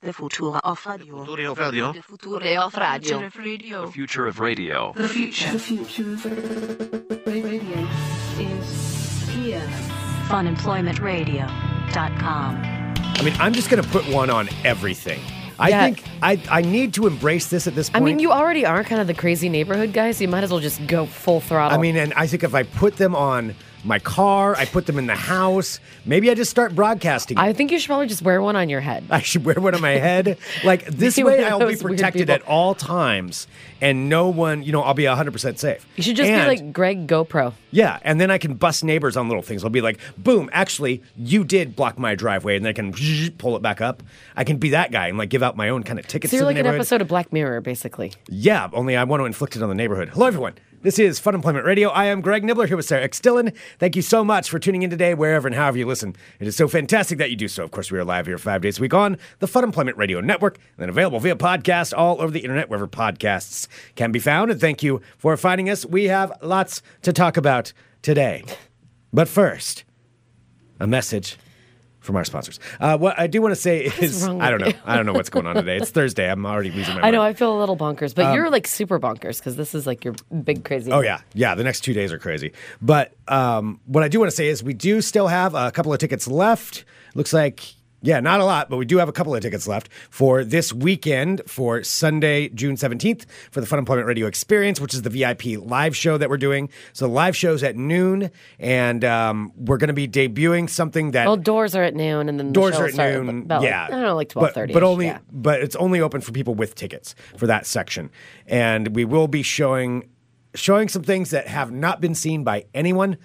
The future of radio. Future of radio. The future of radio. The future of radio. The future. The future of radio is here. Funemploymentradio.com. I mean, I'm just going to put one on everything. I Yeah. think I, I need to embrace this at this I point. mean, you already are kind of the crazy neighborhood guy, so you might as well just go full throttle. I mean, and I think if I put them on my car, I put them in the house, maybe I just start broadcasting. I think you should probably just wear one on your head. I should wear one on my head. Like this Be one way, of I'll be those weird protected people. at all times, and no one, you know, I'll be 100% safe. You should just And- be like Greg GoPro. Yeah, and then I can bust neighbors on little things. I'll be like, boom, actually, you did block my driveway, and then I can pull it back up. I can be that guy and like give out my own kind of tickets to So you're the like an neighborhood. episode of Black Mirror, basically. Yeah, only I want to inflict it on the neighborhood. Hello, everyone. This is Fun Employment Radio. I am Greg Nibbler here with Sarah X. Dillon. Thank you so much for tuning in today, wherever and however you listen. It is so fantastic that you do so. Of course, we are live here five days a week on the Fun Employment Radio Network and then available via podcast all over the internet, wherever podcasts can be found. And thank you for finding us. We have lots to talk about today. But first, a message from our sponsors. Uh, what I do want to say is wrong I with don't know. I don't know what's going on today. It's Thursday. I'm already losing my mind. I know I feel a little bonkers, Um, but you're like super bonkers because this is like your big crazy. Oh yeah, yeah. The next two days are crazy. But um, what I do want to say is we do still have a couple of tickets left. Looks like yeah, not a lot, but we do have a couple of tickets left for this weekend for Sunday, June seventeenth, for the Fun Employment Radio Experience, which is the VIP live show that we're doing. So the live shows at noon, and um, we're going to be debuting something that Well, doors are at noon, and then the doors show are will at start noon. About, yeah, like, I don't know, like But- twelve thirty. But, only, but it's only open for people with tickets for that section, and we will be showing showing some things that have not been seen by anyone.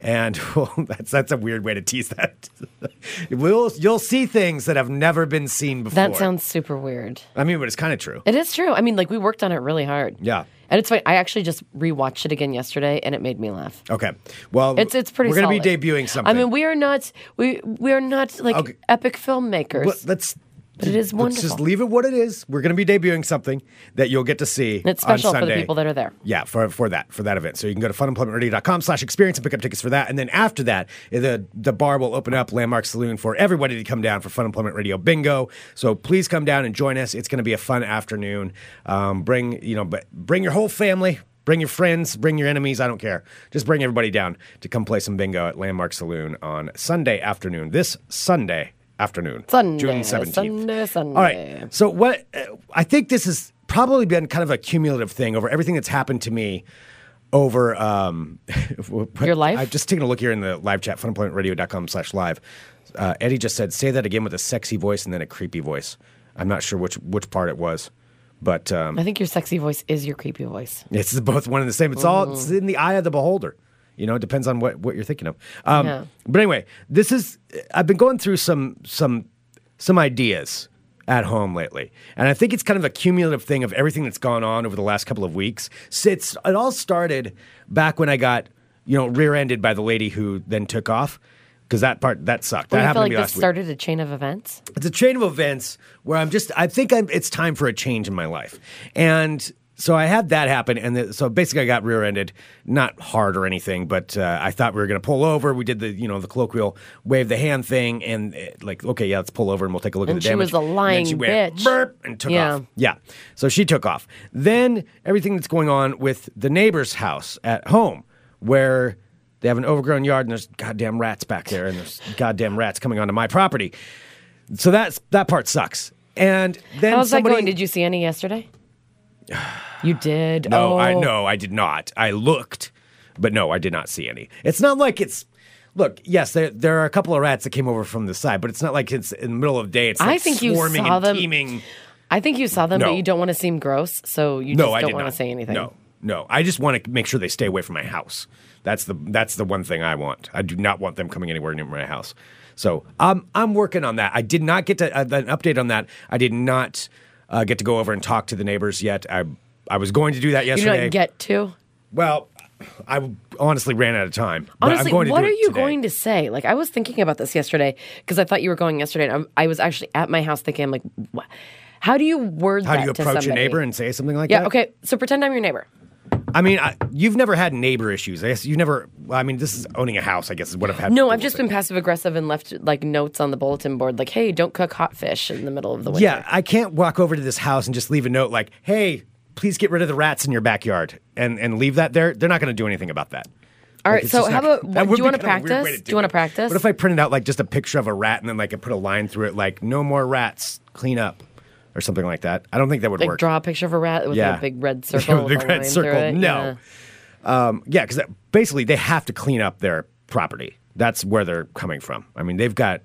And well, that's that's a weird way to tease that. we'll you'll see things that have never been seen before. that sounds super weird. I mean, but it's kind of true. It is true. I mean, like we worked on it really hard. Yeah. and it's funny. I actually just rewatched it again yesterday, and it made me laugh. Okay. Well, It's it's pretty. We're gonna solid. be debuting something. I mean, we are not we we are not like Okay. epic filmmakers. But let's. But it is Let's just wonderful. leave it what it is. We're going to be debuting something that you'll get to see. And it's special on for the Sunday. people that are there. Yeah, for, for that for that event. So you can go to funemploymentradio.com slash experience and pick up tickets for that. And then after that, the the bar will open up Landmark Saloon for everybody to come down for Fun Employment Radio Bingo. So please come down and join us. It's going to be a fun afternoon. Um, bring you know, but bring your whole family. Bring your friends, bring your enemies, I don't care. Just bring everybody down to come play some bingo at Landmark Saloon on Sunday afternoon, this Sunday afternoon. Sunday, June 17th. Sunday, Sunday. All right. So what uh, I think this has probably been kind of a cumulative thing over everything that's happened to me over um, Your life? I've just taken a look here in the live chat, funemploymentradio.com slash live. Uh, Eddie just said, say that again with a sexy voice and then a creepy voice. I'm not sure which, which part it was, but um, I think your sexy voice is your creepy voice. it's both one and the same. It's all Mm-hmm. it's in the eye of the beholder. You know, it depends on what, what you're thinking of. Um, Yeah. But anyway, this is I've been going through some some some ideas at home lately, and I think it's kind of a cumulative thing of everything that's gone on over the last couple of weeks. Since it all started back when I got you know rear-ended by the lady who then took off because that part that sucked. Do that you feel happened to like me this last week started a chain of events? it's a chain of events where I'm just I think I'm it's time for a change in my life, and so I had that happen, and the, so basically I got rear-ended, not hard or anything, but uh, I thought we were going to pull over. We did the you know the colloquial wave the hand thing, and it, like okay yeah let's pull over and we'll take a look And at the she damage. was a lying and then she went, bitch. Burp, and took Yeah. off. Yeah, so she took off. Then everything that's going on with the neighbor's house at home where. They have an overgrown yard, and there's goddamn rats back there, and there's goddamn rats coming onto my property. So that's that part sucks. And then How's somebody that going? Did you see any yesterday? You did. No, oh. I no, I did not. I looked, but no, I did not see any. It's not like it's Look, yes, there there are a couple of rats that came over from the side, but it's not like it's in the middle of the day. It's I like think you swarming saw and them- teeming. I think you saw them, No. but you don't want to seem gross, so you No, just I don't did want to not. say anything. No, no, I just want to make sure they stay away from my house. That's the that's the one thing I want. I do not want them coming anywhere near my house. So um, I'm working on that. I did not get to uh, an update on that. I did not uh, get to go over and talk to the neighbors yet. I I was going to do that You yesterday. don't get to. Well, I honestly ran out of time. but I'm Honestly, going to what do are it you today. going to say? Like, I was thinking about this yesterday because I thought you were going yesterday, and I, I was actually at my house thinking, I'm like, wha- how do you word How that do you to approach a somebody? neighbor and say something like yeah, that? okay. So pretend I'm your neighbor. I mean, I, you've never had neighbor issues. I guess you never. well, I mean, this is owning a house. I guess is what I've had. No, people I've just say. been passive aggressive and left like notes on the bulletin board, like, "Hey, don't cook hot fish in the middle of the winter." Yeah, I can't walk over to this house and just leave a note like, "Hey, please get rid of the rats in your backyard," and and leave that there. They're not going to do anything about that. All right. It's So just how not- about that do would you be want to kinda a weird practice? way Do you want it. to practice? What if I printed out like just a picture of a rat and then like I put a line through it like "No more rats, clean up" or something like that? I don't think that would like work. draw a picture of a rat with Yeah. a big red Yeah, circle? with a big a red line through circle. it? No. Um, yeah, because basically they have to clean up their property. That's where they're coming from. I mean, they've got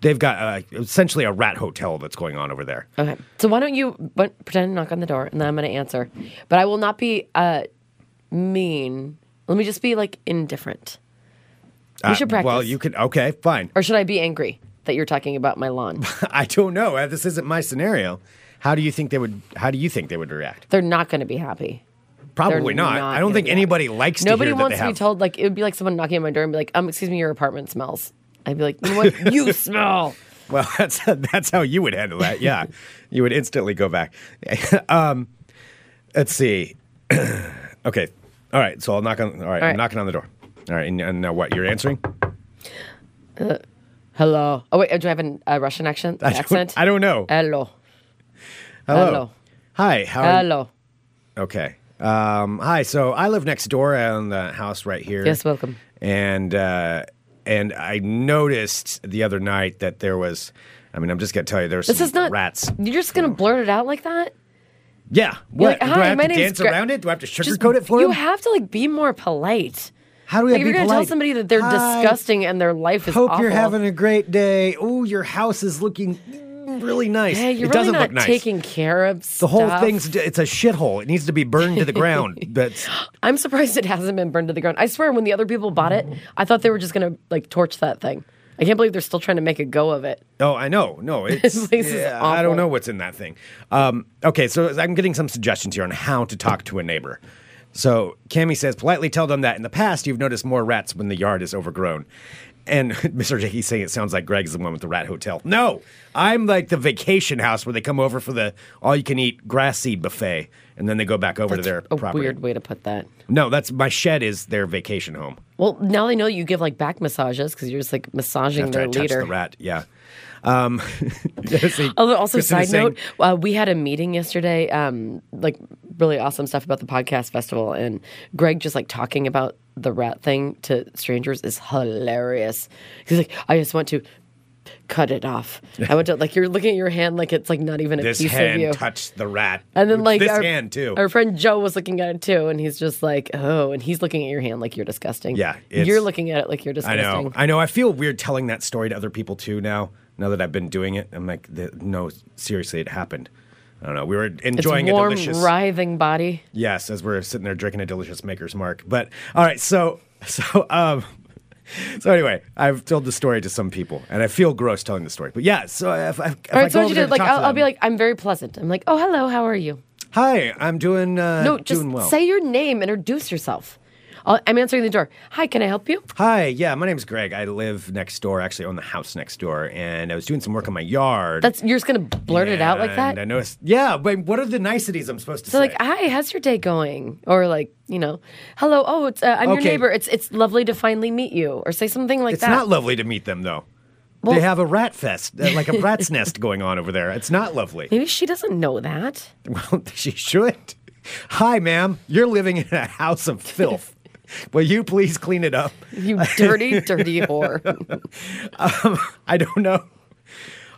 they've got uh, essentially a rat hotel that's going on over there. Yeah. Okay. So why don't you what, pretend to knock on the door and then I'm going to answer, but I will not be uh, mean. Let me just be like indifferent. We Uh, should practice. Well, you could. Okay, fine. or should I be angry that you're talking about my lawn? I don't know. Uh, This isn't my scenario. How do you think they would? How do you think they would react? They're not going to be happy. They're Probably not. I don't gonna think be happy. anybody likes to Nobody hear that wants to they be have- told like it would be like someone knocking on my door and be like, um, excuse me, your apartment smells. I'd be like, you know what? you smell. Well, that's that's how you would handle that. Yeah, you would instantly go back. um, let's see. okay, all right. So I'll knock on. All right, All I'm right. knocking on the door. All right, and, and now what? You're answering? Hello. Oh wait, do I have a uh, Russian accent? I don't- accent? Uh, I don't know. Hello. Hello. Hello. Hi. How? Are you? Hello. Okay. Um, hi. So I live next door on the house right here. Yes, welcome. And uh, and I noticed the other night that there was. I mean, I'm just gonna tell you, there's This some is not rats. You're just gonna blurt it out like that? Yeah. What? You're like, Do I "Hi, have my to name's dance Gra-" around it? Do I have to Just- sugarcoat it for You him? have to like be more polite. How do I Like if Oh, be you're gonna tell polite? somebody that they're Hi, disgusting and their life is Hope awful. you're having a great day. Oh, your house is looking mm, really nice. Hey, you're it doesn't really not look nice. taking care of stuff. the whole thing's it's a shithole. It needs to be burned to the ground. That's I'm surprised it hasn't been burned to the ground. I swear, when the other people bought it, I thought they were just gonna like torch that thing. I can't believe they're still trying to make a go of it. Oh, I know. No, it's. place is yeah, I don't awful. know what's in that thing. Um, okay, so I'm getting some suggestions here on how to talk to a neighbor. So Cami says politely tell them that in the past you've noticed more rats when the yard is overgrown. And Mr. Jakey's saying it sounds like Greg's the one with the rat hotel. No, I'm like the vacation house where they come over for the all you can eat grass seed buffet, and then they go back over to their a property. weird way to put that. No, that's my shed is their vacation home. Well, now they know you give like back massages because you're just like massaging After their I touched leader. the rat, yeah. Um, see, Although, also Christina's side saying- note, uh, we had a meeting yesterday, um, like really awesome stuff about the podcast festival, and Greg just like talking about the rat thing to strangers is hilarious. He's like, I just want to cut it off. I want to like you're looking at your hand like it's like not even a this piece hand of you. touched the rat. and then It's like this our, hand too. our friend Joe was looking at it too, and he's just like, oh, and he's looking at your hand like you're disgusting. Yeah, it's- you're looking at it like you're I disgusting. know. I know. I feel weird telling that story to other people too now. Now that I've been doing it, I'm like, th- no, seriously, it happened. I don't know. We were It's enjoying warm, a delicious writhing body. yes, as we're sitting there drinking a delicious Maker's Mark. But all right, so so um, so anyway, I've told the story to some people, and I feel gross telling the story. But yeah, so if, if, if All I right, so go what over you there did, to like, talk to I'll, I'll be them, like, I'm very pleasant. I'm like, oh, hello, how are you? hi, I'm doing uh, No, just doing well. say your name, introduce yourself. I'll, I'm answering the door. Hi, can I help you? Hi, yeah, my name's Greg. I live next door, actually own the house next door, and I was doing some work on my yard. That's you're just gonna blurt it out like And I that. noticed. Yeah, but what are the niceties I'm supposed to So say? like, hi, how's your day going? Or like, you know, hello, oh, it's uh, I'm your Okay. neighbor. It's it's lovely to finally meet you, or say something like it's that. not lovely to meet them though. they have a rat fest, uh, like a rat's nest going on over there. It's not lovely. Maybe she doesn't know that. Well, she should. Hi, ma'am. You're living in a house of filth. Will you please clean it up? You dirty, dirty whore. I don't know.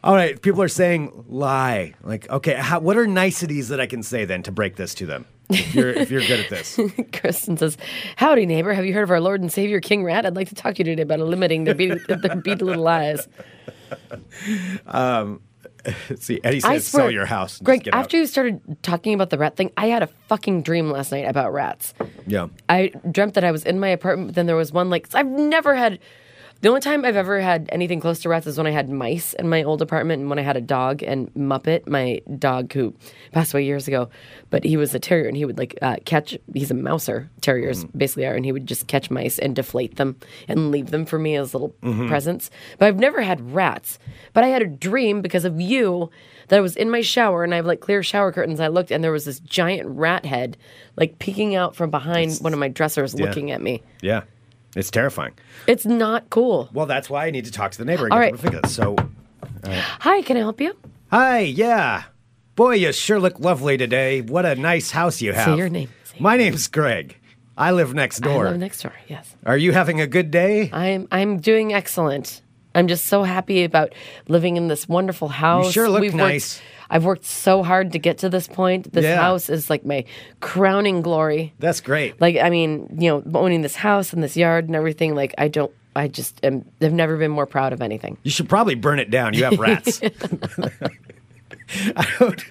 All right, people are saying lie. Like, okay, how, what are niceties that I can say then to break this to them? If you're, if you're good at this. Kristen says, "Howdy, neighbor. Have you heard of our Lord and Savior King Rat? I'd like to talk to you today about eliminating their beady, their beady little eyes." See, Eddie I says swear, sell your house. and just Greg, get out. after you started talking about the rat thing, I had a fucking dream last night about rats. yeah. I dreamt that I was in my apartment, but then there was one like I've never had The only time I've ever had anything close to rats is when I had mice in my old apartment and when I had a dog and Muppet, my dog who passed away years ago, but he was a terrier and he would like uh, catch, he's a mouser, terriers Mm. basically are, and he would just catch mice and deflate them and leave them for me as little presents. But I've never had rats. But I had a dream because of you that I was in my shower and I have like clear shower curtains. I looked and there was this giant rat head like peeking out from behind one of my dressers looking at me. Yeah. It's terrifying. It's not cool. Well, that's why I need to talk to the neighbor and All get right. them to fix it. So, Hi, can I help you? hi, yeah. Boy, you sure look lovely today. What a nice house you have. your name. Say My name's Greg. I live next door. I live next door. Yes, Are you having a good day? I'm. I'm doing excellent. I'm just so happy about living in this wonderful house. sure look worked- nice. I've worked so hard to get to this point. This Yeah. house is like my crowning glory. That's great. Like I mean, you know, owning this house and this yard and everything. Like I don't. I just am. I've never been more proud of anything. You should probably burn it down. You have rats. I don't.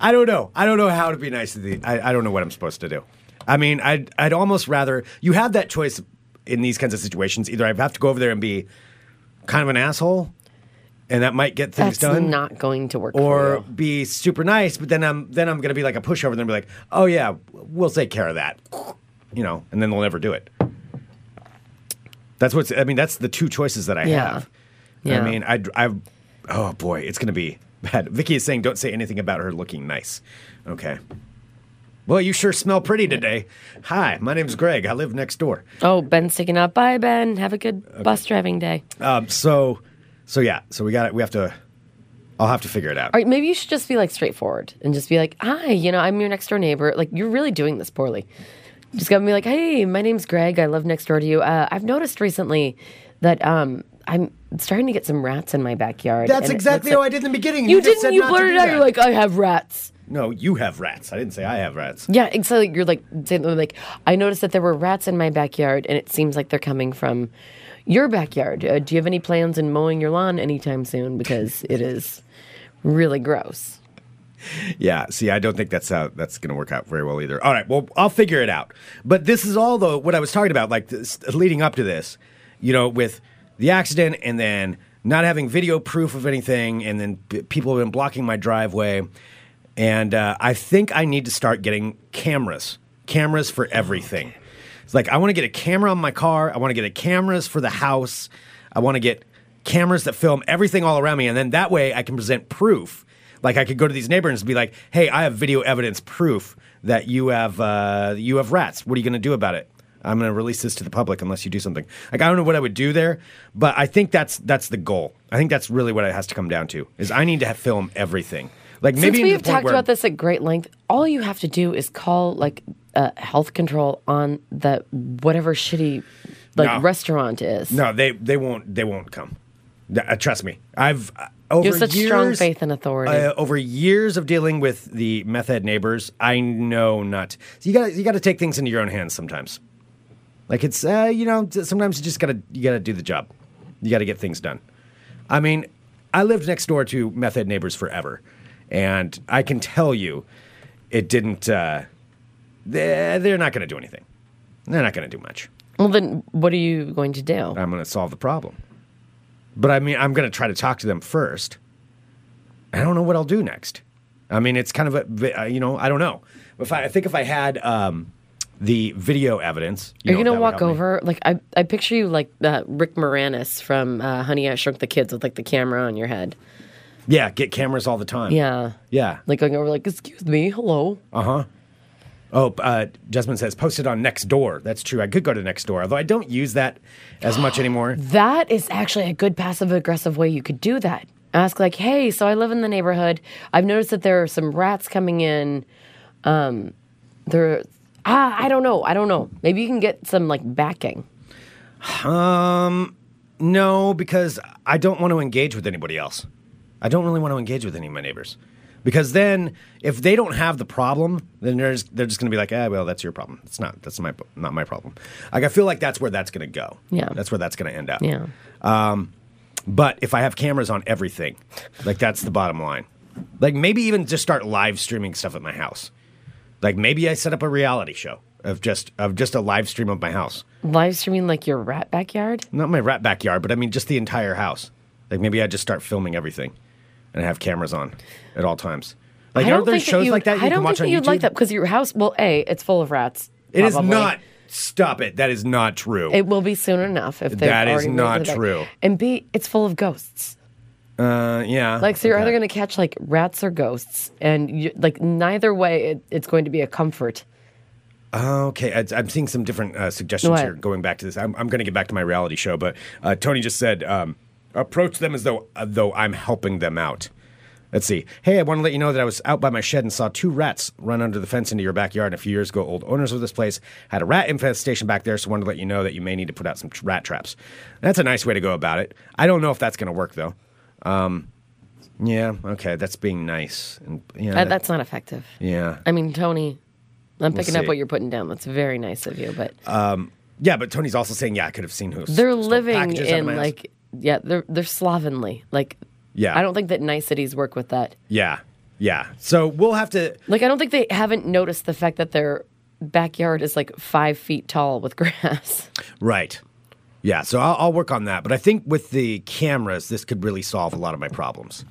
I don't know. I don't know how to be nice to the. I, I don't know what I'm supposed to do. I mean, I'd I'd almost rather you have that choice in these kinds of situations. Either I have to go over there and be kind of an asshole, and that might get things That's done, not going to work. for or you. be super nice. But then I'm then I'm gonna be like a pushover. And then be like, oh yeah, we'll take care of that, you know. And then they'll never do it. That's what's. I mean, that's the two choices that I Yeah. have. Yeah. I mean, I, I, oh boy, it's gonna be bad. Vicky is saying, don't say anything about her looking nice. Okay. Well, you sure smell pretty today. Hi, my name's Greg. I live next door. oh, Ben's sticking up. Bye, Ben. Have a good bus driving day. Um, so, so yeah, so we got it. We have to. I'll have to figure it out. Or maybe you should just be like straightforward and just be like, "Hi, you know, I'm your next door neighbor. Like, you're really doing this poorly." Just gonna be like, "Hey, my name's Greg. I live next door to you. Uh, I've noticed recently that um, I'm starting to get some rats in my backyard." That's and it exactly looks how I did in the beginning. like- you just said didn't. You not to blurted do out. that. You're like, "I have rats." no, you have rats. I didn't say I have rats. Yeah, exactly. You're like, saying something like, I noticed that there were rats in my backyard, and it seems like they're coming from your backyard. Uh, do you have any plans in mowing your lawn anytime soon? Because it is really gross. Yeah. See, I don't think that's how that's going to work out very well either. All right. Well, I'll figure it out. But this is all though what I was talking about, like this, leading up to this, you know, with the accident and then not having video proof of anything, and then p- people have been blocking my driveway, and uh, I think I need to start getting cameras, cameras for everything. It's like I want to get a camera on my car. I want to get a cameras for the house. I want to get cameras that film everything all around me, and then that way I can present proof. Like I could go to these neighbors and be like, "Hey, I have video evidence proof that you have uh, you have rats. What are you going to do about it? I'm going to release this to the public unless you do something." Like I don't know what I would do there, but I think that's that's the goal. I think that's really what it has to come down to is I need to have film everything. Like maybe Since to the we've point talked where- about this at great length, all you have to do is call like uh, health control on the whatever shitty like No. restaurant is. No, they they won't they won't come. Th- uh, trust me. I've uh, over you have such strong years- faith in authority. Uh, over years of dealing with the meth head neighbors, I know not. So you got to you got to take things into your own hands sometimes. Like it's uh, you know t- sometimes you just gotta you gotta do the job. You gotta get things done. I mean, I lived next door to meth head neighbors forever, and I can tell you, it didn't. Uh, they're, they're not gonna do anything. They're not gonna do much. well, then what are you going to do? I'm going to solve the problem. But I mean, I'm going to try to talk to them first. I don't know what I'll do next. I mean, it's kind of a, vi- uh, you know, I don't know. If I, I think if I had um, the video evidence, Are you know, gonna that would walk help me. over? Like I, I picture you like uh, Rick Moranis from uh, Honey I Shrunk the Kids with like the camera on your head. Yeah, get cameras all the time. Yeah, Yeah. like going over like, excuse me, hello. Oh, uh, Jasmine says posted on Next Door. That's true. I could go to Next Door, although I don't use that as much anymore. That is actually a good passive aggressive way you could do that. Ask like, "Hey, so I live in the neighborhood. I've noticed that there are some rats coming in. Um, there, ah, I don't know, I don't know. Maybe you can get some like backing. No, because I don't want to engage with anybody else. I don't really want to engage with any of my neighbors. Because then, if they don't have the problem, then they're just, they're just going to be like, "Ah, well, that's your problem. It's not. That's my not my problem." Like I feel like that's where that's going to go. Yeah. that's where that's going to end up. Um, Yeah, But if I have cameras on everything, like that's the bottom line. Like maybe even just start live streaming stuff at my house. Like maybe I set up a reality show, a of just of just a live stream of my house. Live streaming like your rat backyard? Not my rat backyard, but I mean just the entire house. Like maybe I just start filming everything and have cameras on at all times. Like I are don't there think shows you, like that you I can don't watch on think that you'd YouTube? like that because your house. Well, a it's full of rats. It is probably. not. Stop it. That is not true. It will be soon enough if they've That is already moved to not the back. true. And B, it's full of ghosts. Uh, yeah. Like, so you're okay. either going to catch like rats or ghosts, and you, like neither way, it, it's going to be a comfort. Okay, I, I'm seeing some different uh, suggestions What? here. Going back to this, I'm, I'm going to get back to my reality show, but uh, Tony just said um, approach them as though uh, though I'm helping them out. Let's see. Hey, I want to let you know that I was out by my shed and saw two rats run under the fence into your backyard. And a few years ago, old owners of this place had a rat infestation back there, so wanted to let you know that you may need to put out some tr- rat traps. That's a nice way to go about it. I don't know if that's going to work though. Um, yeah. Okay, that's being nice. And yeah, Uh, that- that's not effective. yeah. I mean, Tony, I'm picking up see. Uh, what you're putting down. That's very nice of you, but Yeah, but Tony's also saying, yeah, I could have seen who. they're stole living packages out of in my house. like yeah, they're they're slovenly. Like Yeah. I don't think that niceties work with that. Yeah. Yeah. So we'll have to. Like I don't think they haven't noticed the fact that their backyard is like five feet tall with grass. Right. Yeah. So I'll, I'll work on that. But I think with the cameras, this could really solve a lot of my problems.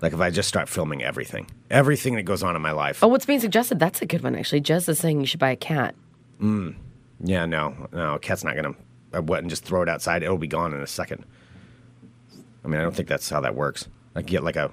Like if I just start filming everything, everything that goes on in my life. Oh, what's being suggested? That's a good one actually. Jez is saying you should buy a cat. Yeah. No. No. a Cat's not gonna. I wouldn't just throw it outside. It'll be gone in a second. I mean, I don't think that's how that works. I could get like a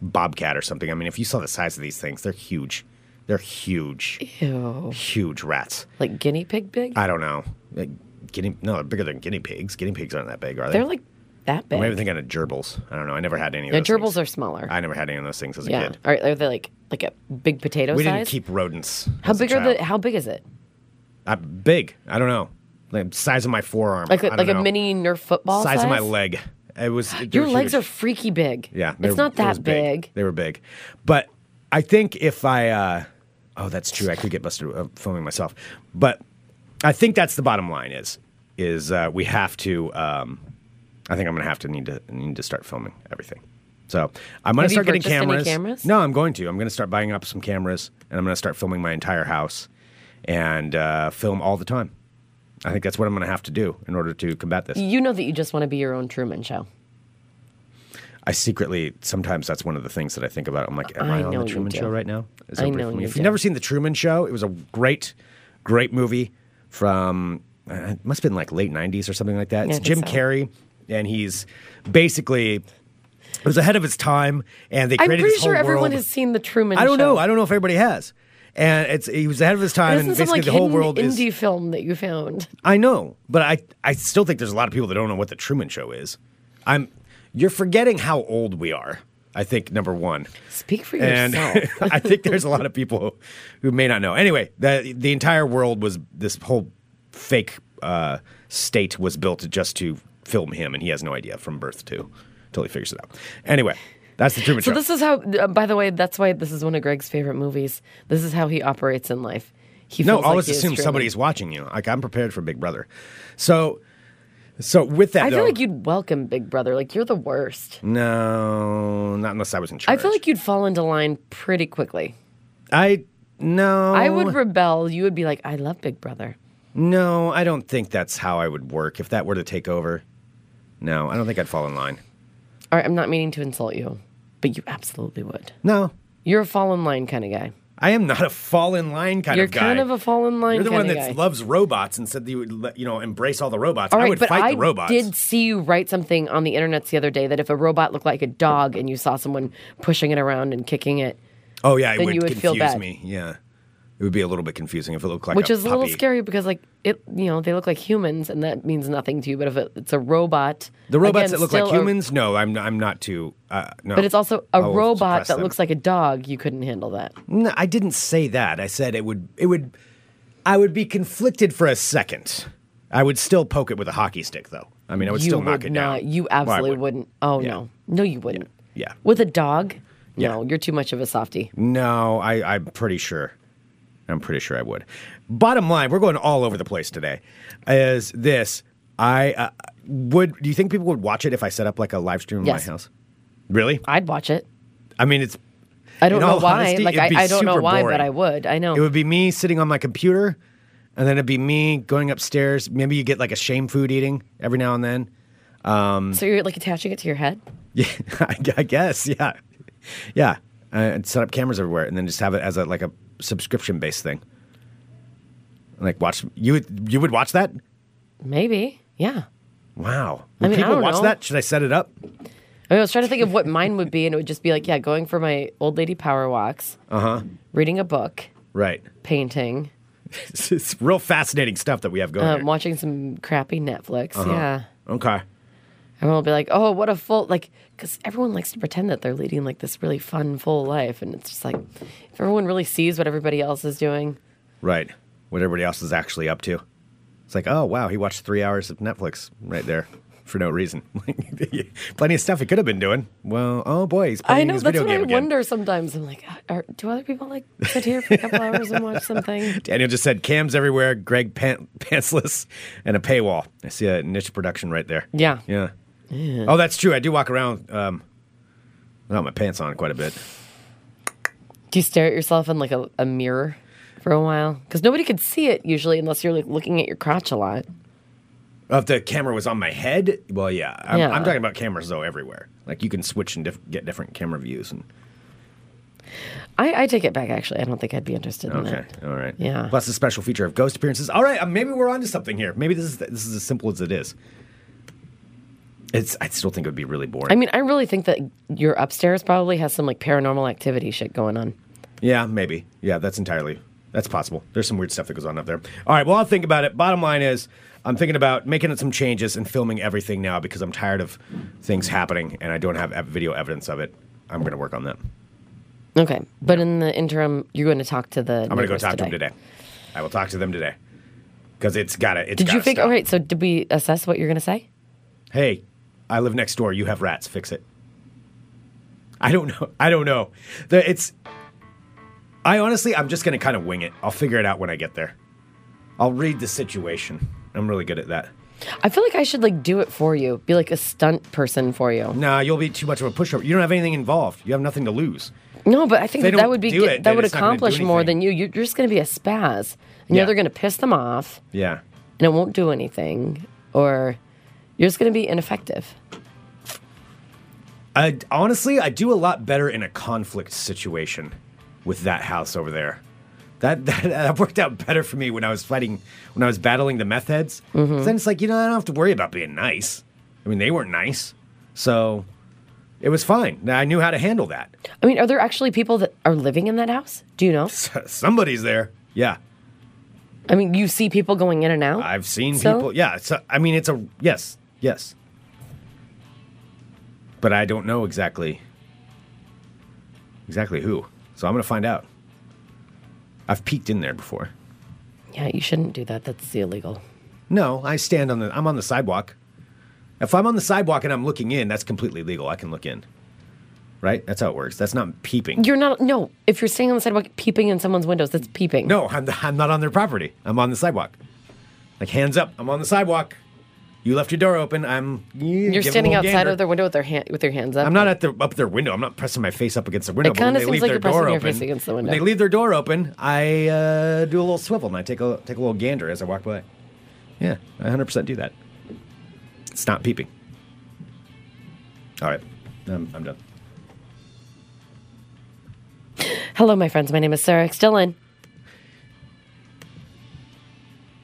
bobcat or something. I mean, if you saw the size of these things, they're huge. They're huge, Ew, huge rats. like guinea pig big? I don't know. Like, guinea? No, they're bigger than guinea pigs. Guinea pigs aren't that big, are they? They're like that big. I'm even thinking of gerbils. I don't know. I never had any of No, those. gerbils things. are smaller. I never had any of those things as a yeah. kid. Are, are they like like a big potato We size? didn't keep rodents. how as a big are child. the? How big is it? Uh, big. I don't know. Like size of my forearm. Like a, I don't like a know. mini Nerf football size? size, of my leg. It was. they Your were legs huge. are freaky big. Yeah, they it's were- not it was that big. They were big, but I think if I, uh, oh, that's true. I could get busted uh, filming myself, but I think that's the bottom line. Is is uh, we have to. Um, I think I'm gonna have to need to need to start filming everything. So I'm gonna Have you start getting purchased any cameras. cameras? No, I'm going to. I'm gonna start buying up some cameras, and I'm gonna start filming my entire house, and uh, film all the time. I think that's what I'm gonna have to do in order to combat this. You know that you just want to be your own Truman Show. I secretly sometimes that's one of the things that I think about. I'm like, am I I, on know the you Truman do. Show right now? Is I that brief know for me? you if you've do. never seen the Truman Show, it was a great, great movie from uh, it must have been like late '90s or something like that. Yeah, It's I think Jim so. Carrey, and he's basically it was ahead of its time, and they I'm created pretty this whole sure everyone world. has seen the Truman Show. I don't know. I don't know if everybody has. And it's he was ahead of his time, This and is some basically like the whole hidden world is. indie film that you found. I know, but I I still think there's a lot of people that don't know what the Truman Show is. I'm you're forgetting how old we are. I think number one, Speak for and yourself. I think there's a lot of people who may not know. Anyway, the the entire world was this whole fake uh, state was built just to film him, and he has no idea from birth to till he figures it out. Anyway, that's the Truman so Show. this is how. Uh, by the way, that's why this is one of Greg's favorite movies. This is how he operates in life. He No, feels I always like he is assume Truman. somebody's watching you. Like I'm prepared for Big Brother. So, so with that, I feel though- like you'd welcome Big Brother. Like you're the worst. No, not unless I was in charge. I feel like you'd fall into line pretty quickly. I no. I would rebel. You would be like, I love Big Brother. no. I don't think that's how I would work if that were to take over. No, I don't think I'd fall in line. All right, I'm not meaning to insult you, but you absolutely would. No, You're a fall in line kind of guy. I am not a fall in line kind You're of guy. kind of a fall in line You're the kind one of that guy. loves robots and said that you would let- you know embrace all the robots. All right, I would but fight I the robots. did see you write something on the internet the other day that if a robot looked like a dog and you saw someone pushing it around and kicking it, oh yeah, it then would, you would confuse feel bad. me. Yeah, it would be a little bit confusing if it looked like which a is a little puppy. scary because like it, you know, they look like humans and that means nothing to you. But if it, it's a robot, The robots again, that look like still a- humans? no, I'm I'm not too. Uh, no, but it's also a I will robot suppress that them. looks like a dog. You couldn't handle that. No, I didn't say that. I said it would. It would. I would be conflicted for a second. I would still poke it with a hockey stick, though. I mean, I would you still would knock it not. down. You Well, I absolutely would. wouldn't. Oh Yeah. no, no, you wouldn't. Yeah. With a dog, no, Yeah. you're too much of a softie. No, I, I'm pretty sure. I'm pretty sure I would. Bottom line, we're going all over the place today. Is this? I uh, would. Do you think people would watch it if I set up like a live stream in Yes. my house? Really? I'd watch it. I mean, it's I don't In know all why. honesty, like it'd I, be I don't know super why, boring. but I would. I know. It would be me sitting on my computer And then it'd be me going upstairs. Maybe you get like a shame food eating every now and then. So you're like attaching it to your head? Yeah, I, gu- I guess. Yeah, yeah. Uh, and set up cameras everywhere, and then just have it as a like a subscription based thing. Like watch you would you would watch that? Maybe. Yeah. Wow. Would mean, I people don't watch know. that? Should I set it up? I, mean, I was trying to think of what mine would be, and it would just be like, yeah, going for my old lady power walks, uh huh, Uh-huh. reading a book, Right. painting, It's, it's real fascinating stuff that we have going. um, here. watching some crappy Netflix. Uh-huh. Yeah. Okay. Everyone will be like, oh, what a full, like, because everyone likes to pretend that they're leading like this really fun, full life. And it's just like, if everyone really sees what everybody else is doing, Right. What everybody else is actually up to. It's like, oh wow, he watched three hours of Netflix right there for no reason. Like, Plenty of stuff he could have been doing. Well, oh boy, he's playing I know his that's video what I game again. wonder sometimes. I'm like, "Uh, are, do other people like sit here for a couple hours and watch something? Daniel just said cams everywhere, Greg pant- pantsless, and a paywall. I see a niche production right there. Yeah. Yeah. Oh, that's true. I do walk around um, without my pants on quite a bit. Do you stare at yourself in like a, a mirror for a while? Because nobody could see it usually unless you're like looking at your crotch a lot. Oh, If the camera was on my head, well, yeah. I'm, Yeah. I'm talking about cameras though everywhere. Like you can switch and diff- get different camera views and I, I take it back, actually. I don't think I'd be interested in Okay. that. All right. Yeah. Plus the special feature of ghost appearances. All right. uh, Maybe we're onto something here. Maybe this is this is as simple as it is. It's. I still think it would be really boring. I mean, I really think that your upstairs probably has some like paranormal activity shit going on. yeah. Maybe. Yeah. That's entirely. That's possible. There's some weird stuff that goes on up there. All right. Well, I'll think about it. Bottom line is, I'm thinking about making some changes and filming everything now because I'm tired of things happening and I don't have ev- video evidence of it. I'm going to work on that. Okay. But in the interim, you're going to talk to the. I'm going to go talk to them today. I will talk to them today because it's got to. Did you figure? figure? All right. So did we assess what you're going to say? hey, I live next door. You have rats. Fix it. I don't know. I don't know. The, it's. I honestly, I'm just going to kind of wing it. I'll figure it out when I get there. I'll read the situation. I'm really good at that. I feel like I should like do it for you. Be like a stunt person for you. Nah, you'll be too much of a pushover. You don't have anything involved. You have nothing to lose. No, but I think They that, that don't would be do good- it, that then would it's not gonna do accomplish more anything. than you. You're just going to be a spaz, and Yeah. you're either going to piss them off, Yeah. and it won't do anything, or you're just going to be ineffective. I, honestly, I do a lot better in a conflict situation with that house over there. That, that that worked out better for me when I was fighting, when I was battling the meth heads. 'Cause Then it's like you know I don't have to worry about being nice. I mean they weren't nice, so it was fine. I knew how to handle that. I mean, are there actually people that are living in that house? Do you know? Somebody's there. Yeah, I mean, you see people going in and out. I've seen So? people. Yeah, so I mean it's a yes, yes. But I don't know exactly exactly who. So I'm gonna find out. I've peeked in there before. Yeah, you shouldn't do that. That's illegal. No, I stand on the I'm on the sidewalk. If I'm on the sidewalk and I'm looking in, that's completely legal. I can look in. Right? That's how it works. That's not peeping. You're not. No, if you're staying on the sidewalk peeping in someone's windows, that's peeping. No, I'm, I'm not on their property. I'm on the sidewalk. Like hands up, I'm on the sidewalk. You left your door open. I'm you're standing outside of their window with their hand with your hands up. I'm not at the up their window. I'm not pressing my face up against the window. It but when kinda they seems leave like their you're pressing door your open, face against the when window. they leave their door open, I uh, do a little swivel and I take a take a little gander as I walk by. Yeah, I 100% do that. It's not peeping. All right, I'm, I'm done. Hello, my friends. My name is Sarah X. Dillon.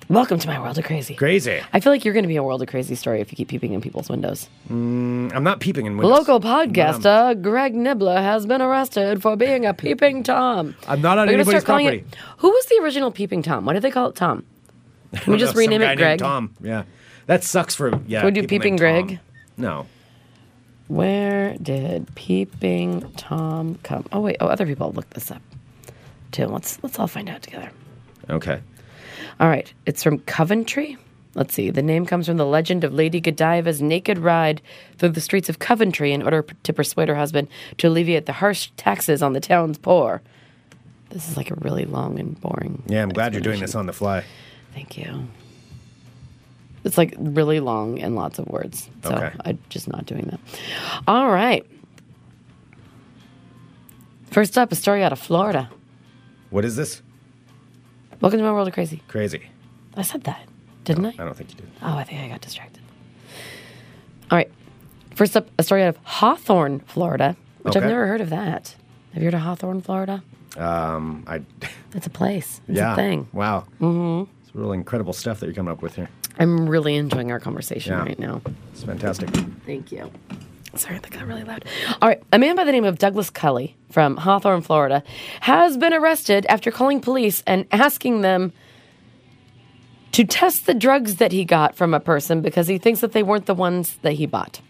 Welcome to my world of crazy. Crazy. I feel like you're going to be a world of crazy story if you keep peeping in people's windows. I'm not peeping in windows. Local podcaster Greg Nibbler has been arrested for being a peeping tom. I'm not on They're gonna anybody's start calling it- property. Who was the original peeping tom? Why did they call it tom? Can we just Some rename guy it named Greg? Tom. Yeah, that sucks for yeah. Can we do people Peeping named Tom. Greg? No. Where did peeping tom come? Oh wait, oh other people looked this up too. Let's let's all find out together. Okay. All right, it's from Coventry. Let's see. The name comes from the legend of Lady Godiva's naked ride through the streets of Coventry in order to persuade her husband to alleviate the harsh taxes on the town's poor. This is like a really long and boring. Yeah, I'm glad you're doing this on the fly. Thank you. It's like really long and lots of words. So Okay. I'm just not doing that. All right. First up, a story out of Florida. What is this? Welcome to my world of crazy. Crazy. I said that, didn't I? I don't think you did. Oh, I think I got distracted. All right. First up, a story out of Hawthorne, Florida, which I've Okay. never heard of that. Have you heard of Hawthorne, Florida? I It's a place. It's yeah. a thing. Wow. Mm-hmm. It's really incredible stuff that you're coming up with here. I'm really enjoying our conversation Yeah. right now. It's fantastic. Thank you. Sorry, that got really loud. All right, a man by the name of Douglas Cully from Hawthorne, Florida, has been arrested after calling police and asking them to test the drugs that he got from a person because he thinks that they weren't the ones that he bought.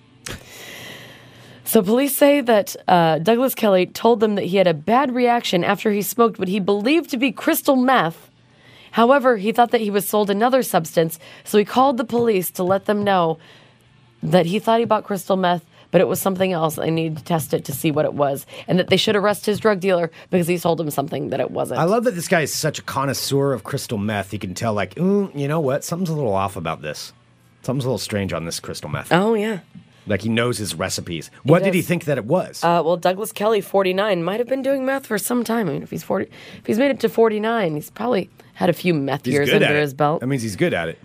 So, police say that uh, Douglas Kelly told them that he had a bad reaction after he smoked what he believed to be crystal meth. However, he thought that he was sold another substance, so he called the police to let them know that he thought he bought crystal meth, but it was something else. They needed to test it to see what it was, and that they should arrest his drug dealer because he sold him something that it wasn't. I love that this guy is such a connoisseur of crystal meth. He can tell, like, mm, you know what? Something's a little off about this. Something's a little strange on this crystal meth. oh, yeah. Like, he knows his recipes. What did he does. think that it was? Uh, well, Douglas Kelly, 49, might have been doing meth for some time. I mean, if he's 40, if he's made it to 49, he's probably had a few meth He's years good at under it. his belt. That means he's good at it.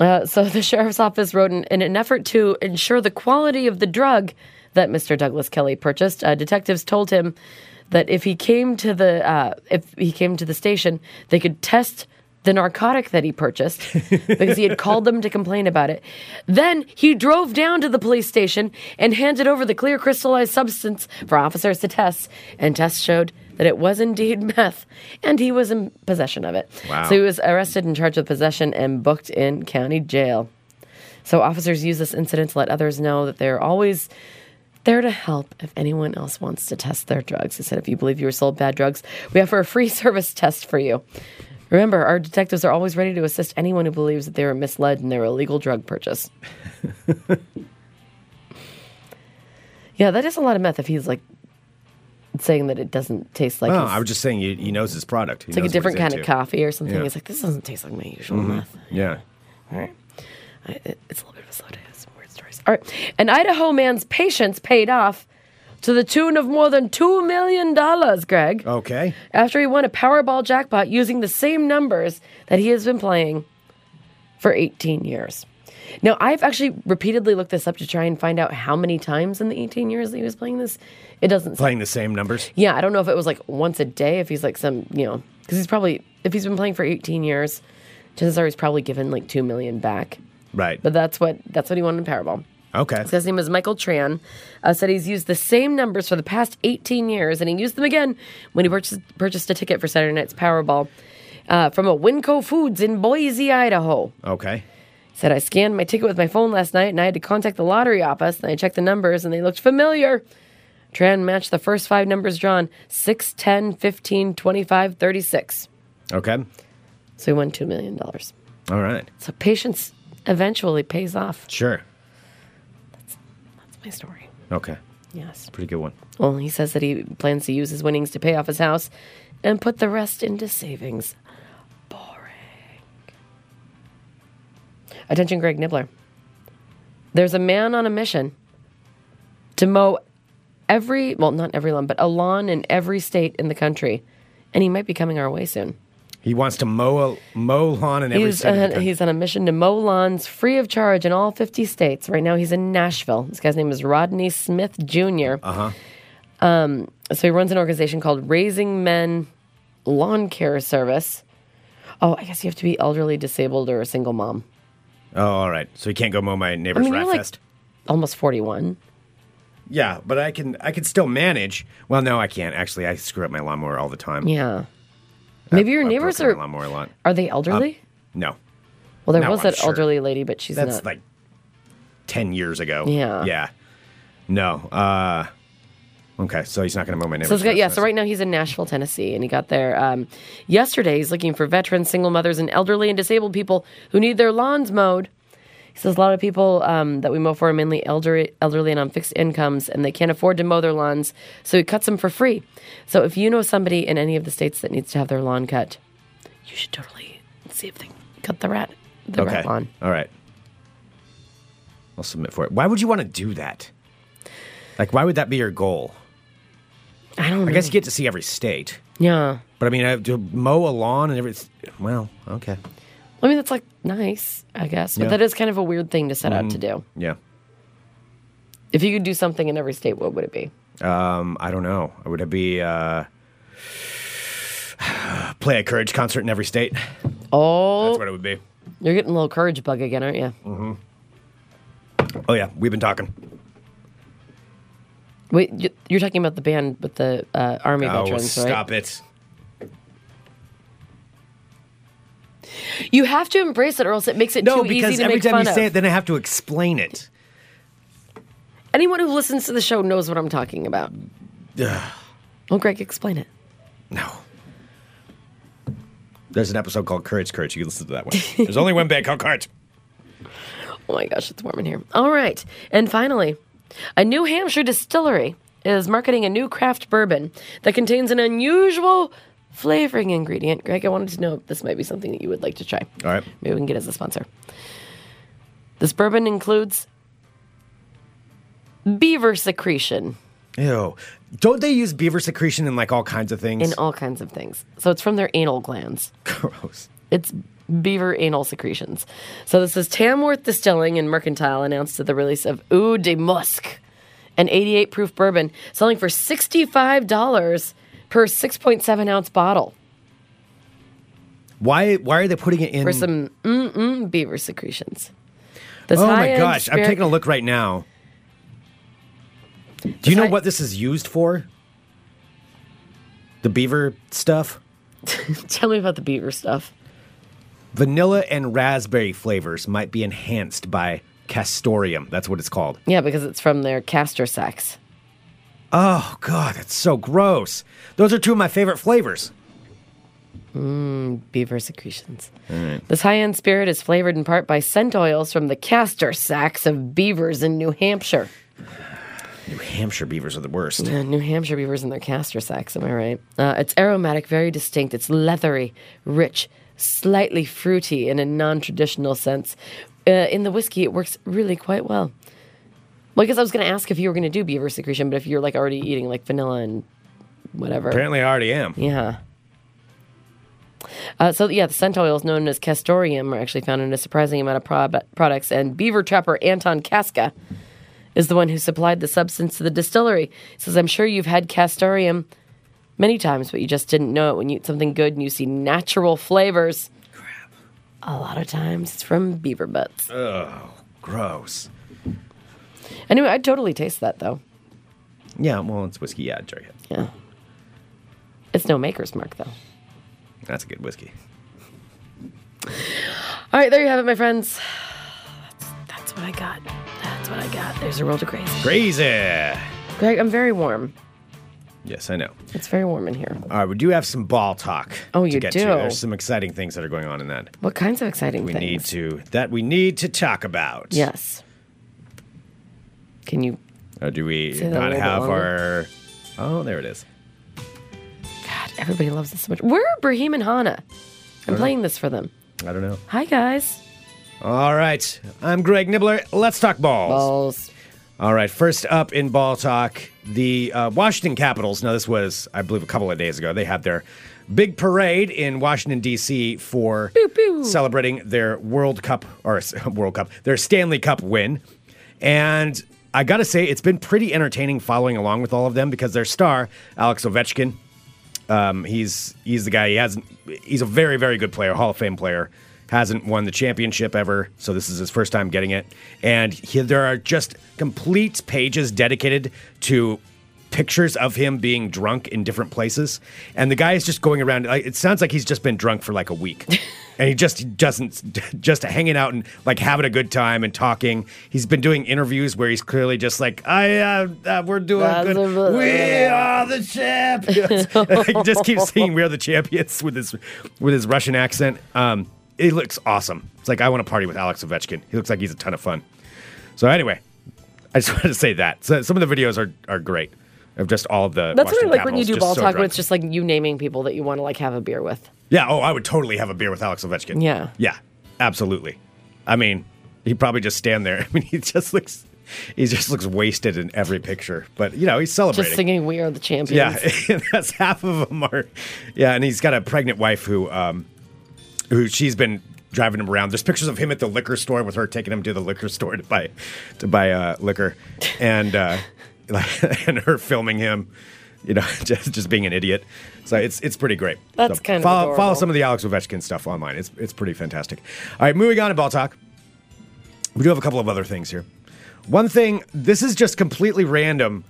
Uh, so the sheriff's office wrote in, in an effort to ensure the quality of the drug that Mr. Douglas Kelly purchased. Uh, detectives told him that if he came to the uh, if he came to the station, they could test the narcotic that he purchased because he had called them to complain about it. Then he drove down to the police station and handed over the clear crystallized substance for officers to test, and tests showed that it was indeed meth, and he was in possession of it. Wow. So he was arrested and charged with possession and booked in county jail. So officers use this incident to let others know that they're always there to help if anyone else wants to test their drugs. They said, if you believe you were sold bad drugs, we offer a free service test for you. Remember, our detectives are always ready to assist anyone who believes that they were misled in their illegal drug purchase. yeah, that is a lot of meth if he's like saying that it doesn't taste like No, his- Oh, I was just saying he, he knows his product. He it's like a knows what different he's kind of into. coffee or something. Yeah. Mm-hmm. He's like, this doesn't taste like my usual meth. Yeah. All right. I, it- it's a little bit of a slow day. I have Some weird stories. All right. An Idaho man's patience paid off to the tune of more than $2 million, Oh. Greg, Okay. after he won a Powerball jackpot using the same numbers that he has been playing for 18 years. Now, I've actually repeatedly looked this up to try and find out how many times in the 18 years that he was playing this. It doesn't say. Playing the same numbers. Yeah, I don't know if it was like once a day, if he's like some, you know, because he's probably, if he's been playing for 18 years, chances are he's probably given like 2 million back. Right. But that's what that's what he won in Powerball. Okay. This guy's name is Michael Tran. Uh, said he's used the same numbers for the past 18 years, and he used them again when he purchased, purchased a ticket for Saturday night's Powerball uh, from a Winco Foods in Boise, Idaho. Okay. Said I scanned my ticket with my phone last night, and I had to contact the lottery office, and I checked the numbers, and they looked familiar. Tran matched the first five numbers drawn 6, 10, 15, 25, 36. Okay. So he won $2 million. All right. So patience eventually pays off. Sure. That's my story. Okay. Yes. Pretty good one. Well, he says that he plans to use his winnings to pay off his house and put the rest into savings. Boring. Attention, Greg Nibbler. There's a man on a mission to mow every, well, not every lawn, but a lawn in every state in the country. And he might be coming our way soon. He wants to mow a mow lawn in every He's uh, state. of the on, country. he's on a mission to mow lawns free of charge in all 50 states. Right now, he's in Nashville. This guy's name is Rodney Smith Jr. Uh huh. Uh-huh. Um, so he runs an organization called Raising Men Lawn Care Service. Oh, I guess you have to be elderly, disabled, or a single mom. Oh, all right. So he can't go mow my neighbor's I mean, rat you're like fest. almost 41. Yeah, but I can I can still manage. Well, no, I can't. Actually, I screw up my lawnmower all the time. Yeah. Maybe your I've neighbors broken are my lawnmower a lot. are they elderly? No, well, there Uh, no, was I'm that sure. elderly lady, but she's that's not. like ten years ago. Yeah. yeah. No. Uh, okay, so he's not going to mow my neighbor's. So it's got, rat yeah, fest. so right now he's in Nashville, Tennessee, and he got there um, yesterday. He's looking for veterans, single mothers, and elderly and disabled people who need their lawns mowed. He says a lot of people um, that we mow for are mainly elderly, elderly and on fixed incomes, and they can't afford to mow their lawns, so he cuts them for free. So if you know somebody in any of the states that needs to have their lawn cut, you should totally see if they can cut the rat the Okay. rat lawn. All right. I'll submit for it. Why would you want to do that? Like, why would that be your goal? I don't know. I guess you get to see every state, yeah. but I mean, I have to mow a lawn and everything. Well, okay. I mean, that's like nice, I guess, but Yeah. Mm-hmm. that is kind of a weird thing to set out to do. Yeah. If you could do something in every state, what would it be? Um, I don't know. Would it be uh, play a courage concert in every state? That's Oh, what it would be. you're getting a little courage bug again, aren't you? Oh yeah, we've been talking. Wait, you- you're talking about the band with the uh, army Oh, veterans, right? stop it. You have to embrace it, or else it makes it No, too because easy to every make time fun you say of. it, then I have to explain it. Anyone who listens to the show knows what I'm talking about. Well, Greg, explain it. No. There's an episode called Courage, Courage. You can listen to that one. There's only one band called Courage. Oh my gosh, it's warm in here. All right. And finally, a New Hampshire distillery is marketing a new craft bourbon that contains an unusual flavoring ingredient. Greg, I wanted to know if this might be something that you would like to try. All right. Maybe we can get as a sponsor. This bourbon includes beaver secretion Ew. Don't they use beaver secretion in like all kinds of things? in all kinds of things. So it's from their anal glands. Gross. It's beaver anal secretions. So this is Tamworth Distilling and Mercantile announced the release of Eau de Musc, an 88 proof bourbon selling for $65 per 6.7 ounce bottle Why? Why are they putting it in? for some mm-mm beaver secretions. This oh my high-end gosh! I'm spirit- taking a look right now. Do you know high- what this is used for? The beaver stuff, Tell me about the beaver stuff. vanilla and raspberry flavors might be enhanced by castorium. That's what it's called. Yeah, because it's from their castor sacs. Oh god, that's so gross. Those are two of my favorite flavors. beaver secretions. This high end spirit is flavored in part by scent oils from the castor sacks of beavers in New Hampshire. New Hampshire beavers are the worst. Uh, New Hampshire beavers and their castor sacks, am I right? Uh, it's aromatic, very distinct. It's leathery, rich, slightly fruity in a non traditional sense. Uh, in the whiskey, it works really quite well. Well, I guess I was going to ask if you were going to do beaver secretion, but if you're like already eating like vanilla and whatever. Apparently, I already am. Yeah. Uh, so yeah, the scent oils known as castorium are actually found in a surprising amount of prob- products, and beaver trapper Anton Casca is the one who supplied the substance to the distillery. He says, "I'm sure you've had castorium many times, but you just didn't know it when you eat something good and you see natural flavors." A lot of times, it's from beaver butts. Gross. Anyway, I'd totally taste that though. Yeah, well, it's whiskey. Yeah, I'd drink it. Yeah, it's no maker's mark though. That's a good whiskey. All right, there you have it, my friends. That's, that's what I got. That's what I got. There's a world of grace. Crazy. Greg, I'm very warm. Yes, I know. It's very warm in here. All right, we do have some ball talk. Oh, to you get do? To. There's some exciting things that are going on in that What kinds of exciting we things? need to that we need to talk about. Yes. Can you? Or do we Say that a not little bit have our? Oh, there it is. God, everybody loves this so much. Where are Brahim and Hana? I'm playing this for them. I don't know. Hi, guys. All right, I'm Greg Nibbler. Let's talk balls. Balls. All right, first up in ball talk, the uh, Washington Capitals. Now, this was, I believe, a couple of days ago. They had their big parade in Washington, D.C. for celebrating their World Cup, or World Cup, their Stanley Cup win. And I got to say, it's been pretty entertaining following along with all of them because their star, Alex Ovechkin, um, he's he's the guy. He hasn't. He's a very very good player, Hall of Fame player. Hasn't won the championship ever, so this is his first time getting it. And he, there are just complete pages dedicated to pictures of him being drunk in different places. And the guy is just going around. Like, it sounds like he's just been drunk for like a week, and he just doesn't just hanging out and like having a good time and talking. He's been doing interviews where he's clearly just like, I uh, uh, we're doing good. We are the champions. he just keeps saying "We are the champions" with his with his Russian accent. Um, it looks awesome. It's like I want to party with Alex Ovechkin. He looks like he's a ton of fun. So anyway, I just wanted to say that. So some of the videos are are great of just all of the. That's what I Washington like when you Capitals do just ball so talk, drunk. when it's just like you naming people that you want to like have a beer with. Yeah. Oh, I would totally have a beer with Alex Ovechkin. Yeah. Yeah. Absolutely. I mean, he'd probably just stand there. I mean, he just looks. He just looks wasted in every picture, but you know he's celebrating. Just singing, "We are the champions." Yeah, and that's half of them are. Yeah, and he's got a pregnant wife who, um, who she's been driving him around. There's pictures of him at the liquor store with her taking him to the liquor store to buy to buy uh, liquor, and uh, like, and her filming him. You know, just just being an idiot. So it's it's pretty great. That's So kind of follow, follow adorable. some of the Alex Ovechkin stuff online. It's it's pretty fantastic. All right, moving on to ball talk. We do have a couple of other things here. One thing, this is just completely random,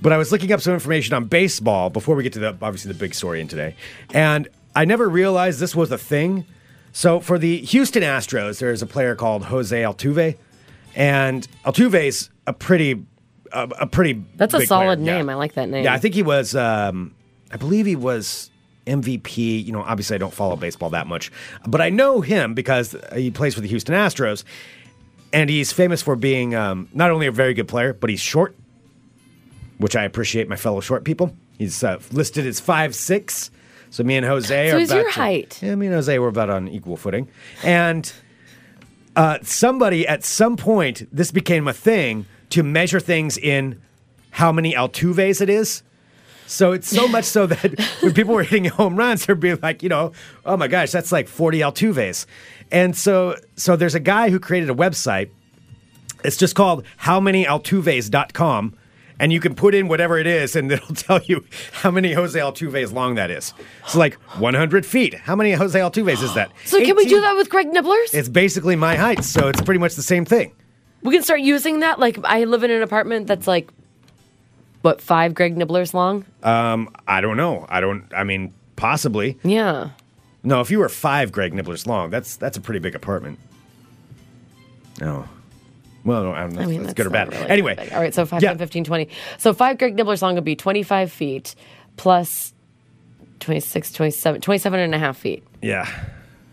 but I was looking up some information on baseball before we get to the obviously the big story in today, and I never realized this was a thing. So for the Houston Astros, there is a player called Jose Altuve, and Altuve's a pretty, a, a pretty. That's a big player, solid yeah. name. I like that name. Yeah, I think he was. Um, I believe he was MVP. You know, obviously I don't follow baseball that much, but I know him because he plays for the Houston Astros, and he's famous for being um, not only a very good player, but he's short, which I appreciate my fellow short people. He's uh, listed as five six. So me and Jose So are he's about your to- height. yeah, me and Jose were about on equal footing, and uh, somebody at some point this became a thing to measure things in how many Altuves it is. So it's so much so that when people were hitting home runs, they'd be like, you know, oh my gosh, that's like 40 Altuves. And so so there's a guy who created a website. It's just called howmanyaltuves.com. And you can put in whatever it is, and it'll tell you how many Jose Altuve's long that is. So, like 100 feet. How many Jose Altuve's is that? So can we do 18 that with Greg Nibblers? It's basically my height, so it's pretty much the same thing. we can start using that. Like I live in an apartment that's like what five Greg Nibblers long. I don't know. I don't. I mean, possibly. Yeah. No, if you were five Greg Nibblers long, that's that's a pretty big apartment. No. Well, no, I don't know. I if mean, that's, good or not bad. really anyway, big. all right, so 5, Yeah. 10, 15, 20. So five Greg Nibbler's long would be 25 feet plus 26, 27, 27 and a half feet. yeah.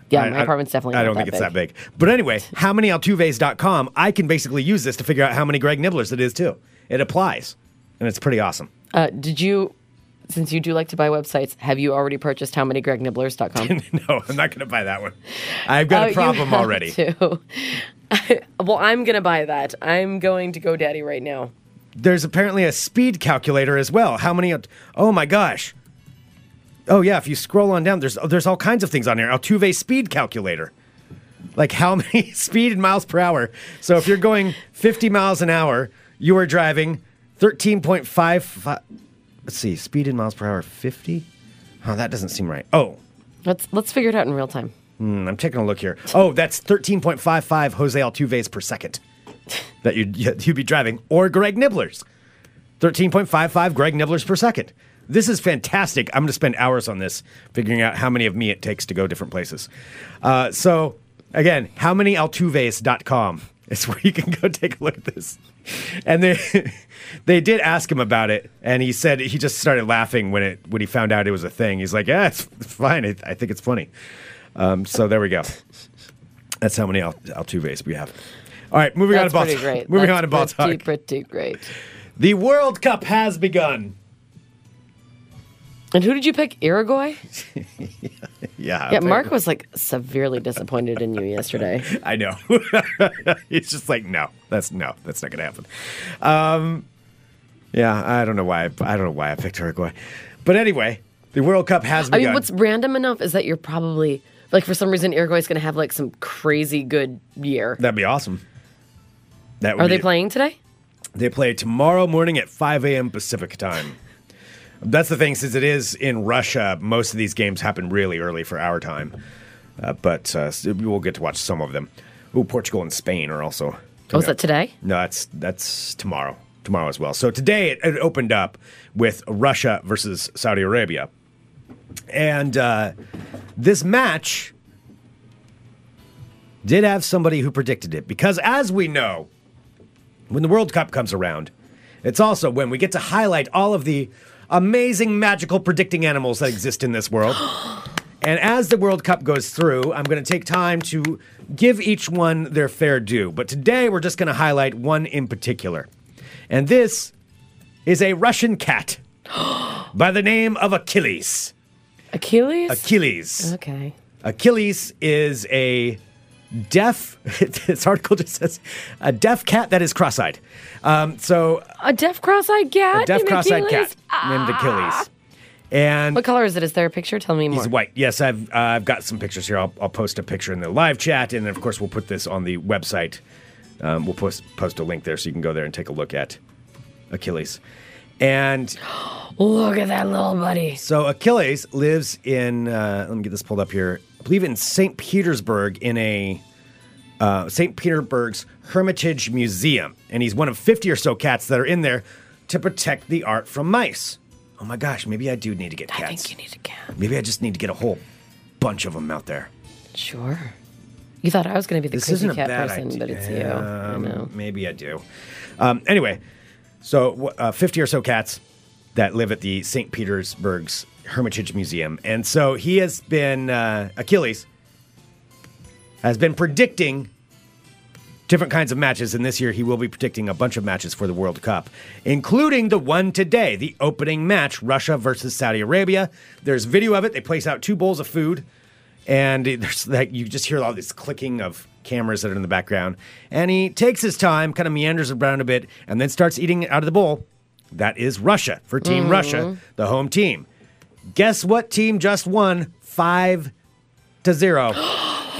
Yeah, I- my I- apartment's definitely I not don't think it's that big. But anyway, how many Altuves.com, I can basically use this to figure out how many Greg Nibblers it is, too. It applies, and it's pretty awesome. Uh, did you, since you do like to buy websites, have you already purchased how many GregNibblers.com? no, I'm not going to buy that one. I've Oh, got a problem already. Too. well, I'm going to buy that. I'm going to GoDaddy right now. there's apparently a speed calculator as well. How many? Oh my gosh. Oh yeah, if you scroll on down, there's there's all kinds of things on here. Altuve speed calculator, like how many speed in miles per hour. So if you're going 50 miles an hour, you are driving 13.5. Let's see, speed in miles per hour 50. Oh, that doesn't seem right. Oh, Let's, let's figure it out in real time. Mm, I'm taking a look here. Oh, that's 13.55 Jose Altuve's per second that you'd, you'd be driving, or Greg Nibbler's. 13.55 Greg Nibbler's per second. This is fantastic. I'm going to spend hours on this, figuring out how many of me it takes to go different places. Uh, so, again, howmanyaltuves.com is where you can go take a look at this. And they they did ask him about it, and he said he just started laughing when it when he found out it was a thing. He's like, "Yeah, it's fine. I, I think it's funny." Um, so there we go. That's how many Al- Altuves we have. All right, moving That's on to pretty ball. great. Moving That's on to ball pretty, talk. pretty great. The World Cup has begun. And who did you pick? Uruguay? Yeah. Yeah, Mark was like severely disappointed in you yesterday. I know. He's just like, no, that's no, that's not gonna happen. Um, yeah, I don't know why. I, I don't know why I picked Uruguay, but anyway, the World Cup has I begun. mean, what's random enough is that you're probably like for some reason Uruguay's going to have like some crazy good year. That'd be awesome. That would Are they be- playing today? They play tomorrow morning at 5 a.m. Pacific time. That's the thing, since it is in Russia, most of these games happen really early for our time. Uh, but uh, s- we'll get to watch some of them. Ooh, Portugal and Spain are also. Oh, is coming up. that today? No, that's that's tomorrow. Tomorrow as well. So today it, it opened up with Russia versus Saudi Arabia, and uh, this match did have somebody who predicted it because, as we know, when the World Cup comes around, it's also when we get to highlight all of the amazing magical predicting animals that exist in this world. And as the World Cup goes through, I'm going to take time to give each one their fair due. But today we're just going to highlight one in particular. And this is a Russian cat by the name of Achilles. Achilles? Achilles. okay. Achilles is a deaf, this article just says, a deaf cat that is cross eyed. Um, so A deaf cross-eyed cat. a deaf named cross-eyed Achilles? Ah. cat named Achilles. And What color is it? Is there a picture? Tell me more. He's white. Yes, I've uh, I've got some pictures here. I'll, I'll post a picture in the live chat, and then, of course we'll put this on the website. Um, we'll post post a link there so you can go there and take a look at Achilles. And Look at that little buddy. so Achilles lives in. Uh, let me get this pulled up here. I believe in Saint Petersburg in a uh, Saint Petersburg's Hermitage Museum, and he's one of fifty or so cats that are in there to protect the art from mice. Oh my gosh, maybe I do need to get I cats. think you need a cat. Maybe I just need to get a whole bunch of them out there. Sure. You thought I was going to be the This crazy isn't a cat bad person, idea. but it's you. I Um, know. Maybe I do. Um, anyway, so wh- uh, 50 or so cats that live at the St. Petersburg's Hermitage Museum. And so he has been, uh, Achilles has been predicting different kinds of matches. And this year he will be predicting a bunch of matches for the World Cup, including the one today, the opening match, Russia versus Saudi Arabia. There's video of it. They place out two bowls of food and it- there's like you just hear all this clicking of cameras that are in the background. And he takes his time, kind of meanders around a bit, and then starts eating out of the bowl. That is Russia for Team Russia, the home team. Guess what team just won five to zero?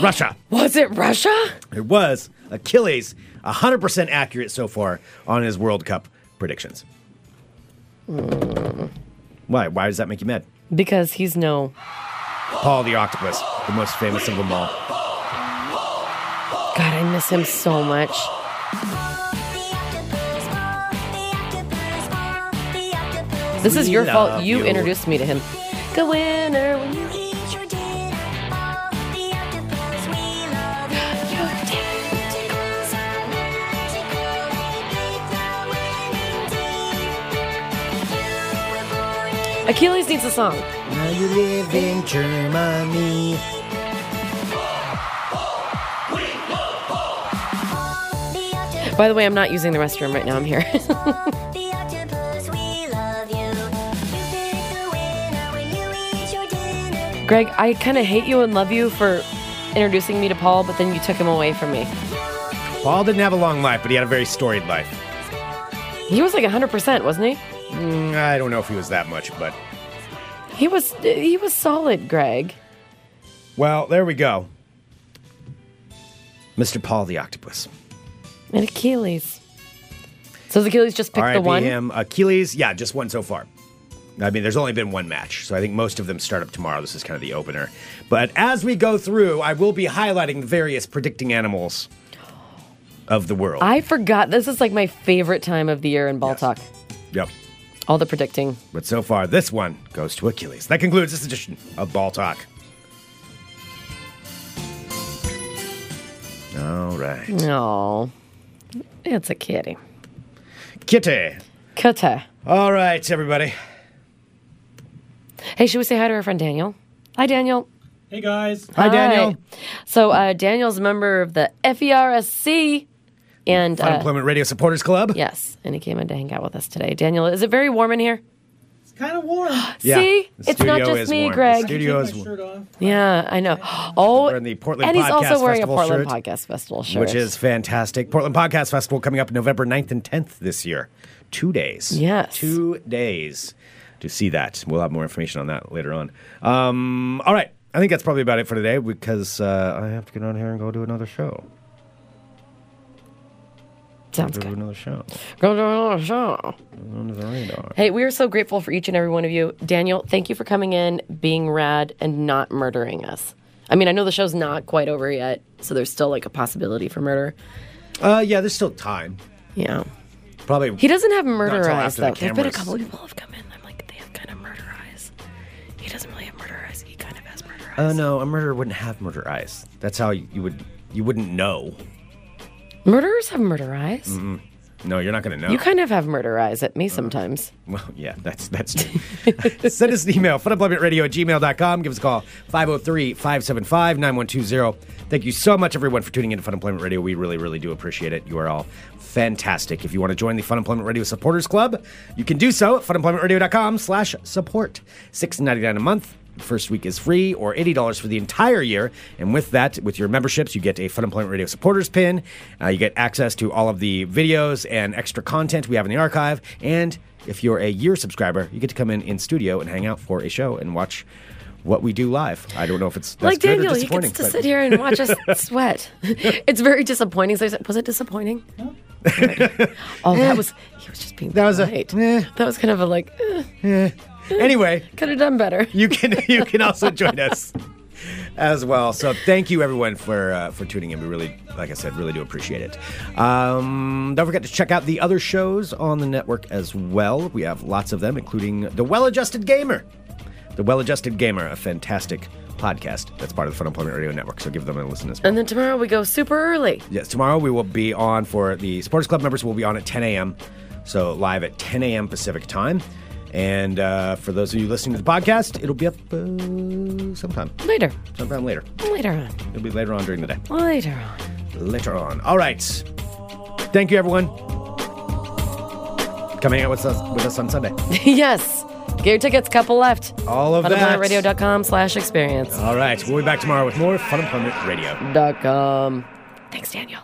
Russia. Was it Russia? It was Achilles, 100% accurate so far on his World Cup predictions. Why? Why does that make you mad? Because he's no. Paul the Octopus, the most famous of them all. God, I miss him so much. This is We your fault. love You, you. introduced me to him. Go winner when you Achilles needs a song. Now you live in Germany. By the way, I'm not using the restroom right now. I'm here. Greg, I kind of hate you and love you for introducing me to Paul, but then you took him away from me. Paul didn't have a long life, but he had a very storied life. He was like 100%, wasn't he? Mm, I don't know if he was that much, but He was he was solid, Greg. well, there we go. Mr. Paul the Octopus. And Achilles. So does Achilles just picked the RIP one? him. Achilles, yeah, just one so far. I mean, there's only been one match, so I think most of them start up tomorrow. This is kind of the opener. But as we go through, I will be highlighting the various predicting animals of the world. I forgot. This is like my favorite time of the year in ball Yes. talk. yep. All the predicting. But so far, this one goes to Achilles. That concludes this edition of Ball Talk. All right. Mm. No. It's a kitty. Kitty. Kata. All right, everybody. Hey, should we say hi to our friend Daniel? Hi, Daniel. Hey guys. Hi, Daniel. So uh, Daniel's a member of the E FERSC, and uh, Unemployment Radio Supporters Club. yes, and he came in to hang out with us today. Daniel, is it very warm in here? It's kind of warm. Yeah, See, the it's not studio just is me, warm. The Greg. studio- Videos. Take my shirt off. Yeah, I know. Oh, Wearing the Portland and he's Podcast also wearing Festival a Portland shirt, Podcast Festival shirt, Which is fantastic. Portland Podcast Festival coming up November 9th and 10th this year. Two days. Yes. Two days to see that. We'll have more information on that later on. Um, all right. I think that's probably about it for today because uh, I have to get on here and go do another show. sounds Do good. another show. Go to the show. Under the radar. Hey, we are so grateful for each and every one of you. Daniel, thank you for coming in, being rad, and not murdering us. I mean, I know the show's not quite over yet, so there's still like a possibility for murder. Uh, yeah, there's still time. Yeah. Probably. He doesn't have murder until eyes after the though. There've been a cameras. couple people have come in. I'm like, they have kind of murder eyes. He doesn't really have murder eyes. He kind of has murder eyes. Uh, no, a murderer wouldn't have murder eyes. That's how you would. You wouldn't know. Murderers have murder eyes. Mm-hmm. No, you're not going to know. You kind of have murder eyes at Uh, me sometimes. Well, yeah, that's that's true. Send us an email, funemploymentradio at gmail.com. Give us a call, 503 575 9120. Thank you so much, everyone, for tuning in to Fun Employment Radio. We really, really do appreciate it. You are all fantastic. If you want to join the Fun Employment Radio Supporters Club, you can do so at funemploymentradio.com slash support. Six ninety nine a month. First week is free or $80 for the entire year. And with that, with your memberships, you get a Fun Employment Radio supporters pin. Uh, you get access to all of the videos and extra content we have in the archive. And if you're a year subscriber, you get to come in in studio and hang out for a show and watch what we do live. I don't know if it's that's like good or Daniel, he disappointing, gets to but- sit here and watch us sweat. It's very disappointing. So I said, was it disappointing? oh, that was he was just being Eh. That was a- polite. eh. that was kind of a like Anyway, could have done better. you can you can also join us as well. So thank you everyone for uh, for tuning in. We really, like I said, really do appreciate it. Um, don't forget to check out the other shows on the network as well. We have lots of them, including the Well Adjusted Gamer. The Well Adjusted Gamer, a fantastic podcast that's part of the Fun Employment Radio Network. So give them a listen as well. And then tomorrow we go super early. Yes, tomorrow we will be on for the Sports Club members. We'll be on at 10 a.m. So live at 10 a.m. Pacific time. And uh, for those of you listening to the podcast, it'll be up uh, sometime, Later. sometime later. Later on. It'll be later on during the day. Later on. Later on. All right. Thank you, everyone. Coming out with us with us on Sunday. yes. Get your tickets, couple left. All of that. FunEmploymentRadio.com slash experience. All right. We'll be back tomorrow with more Fun Employment Radio. Dot com. Thanks, Daniel.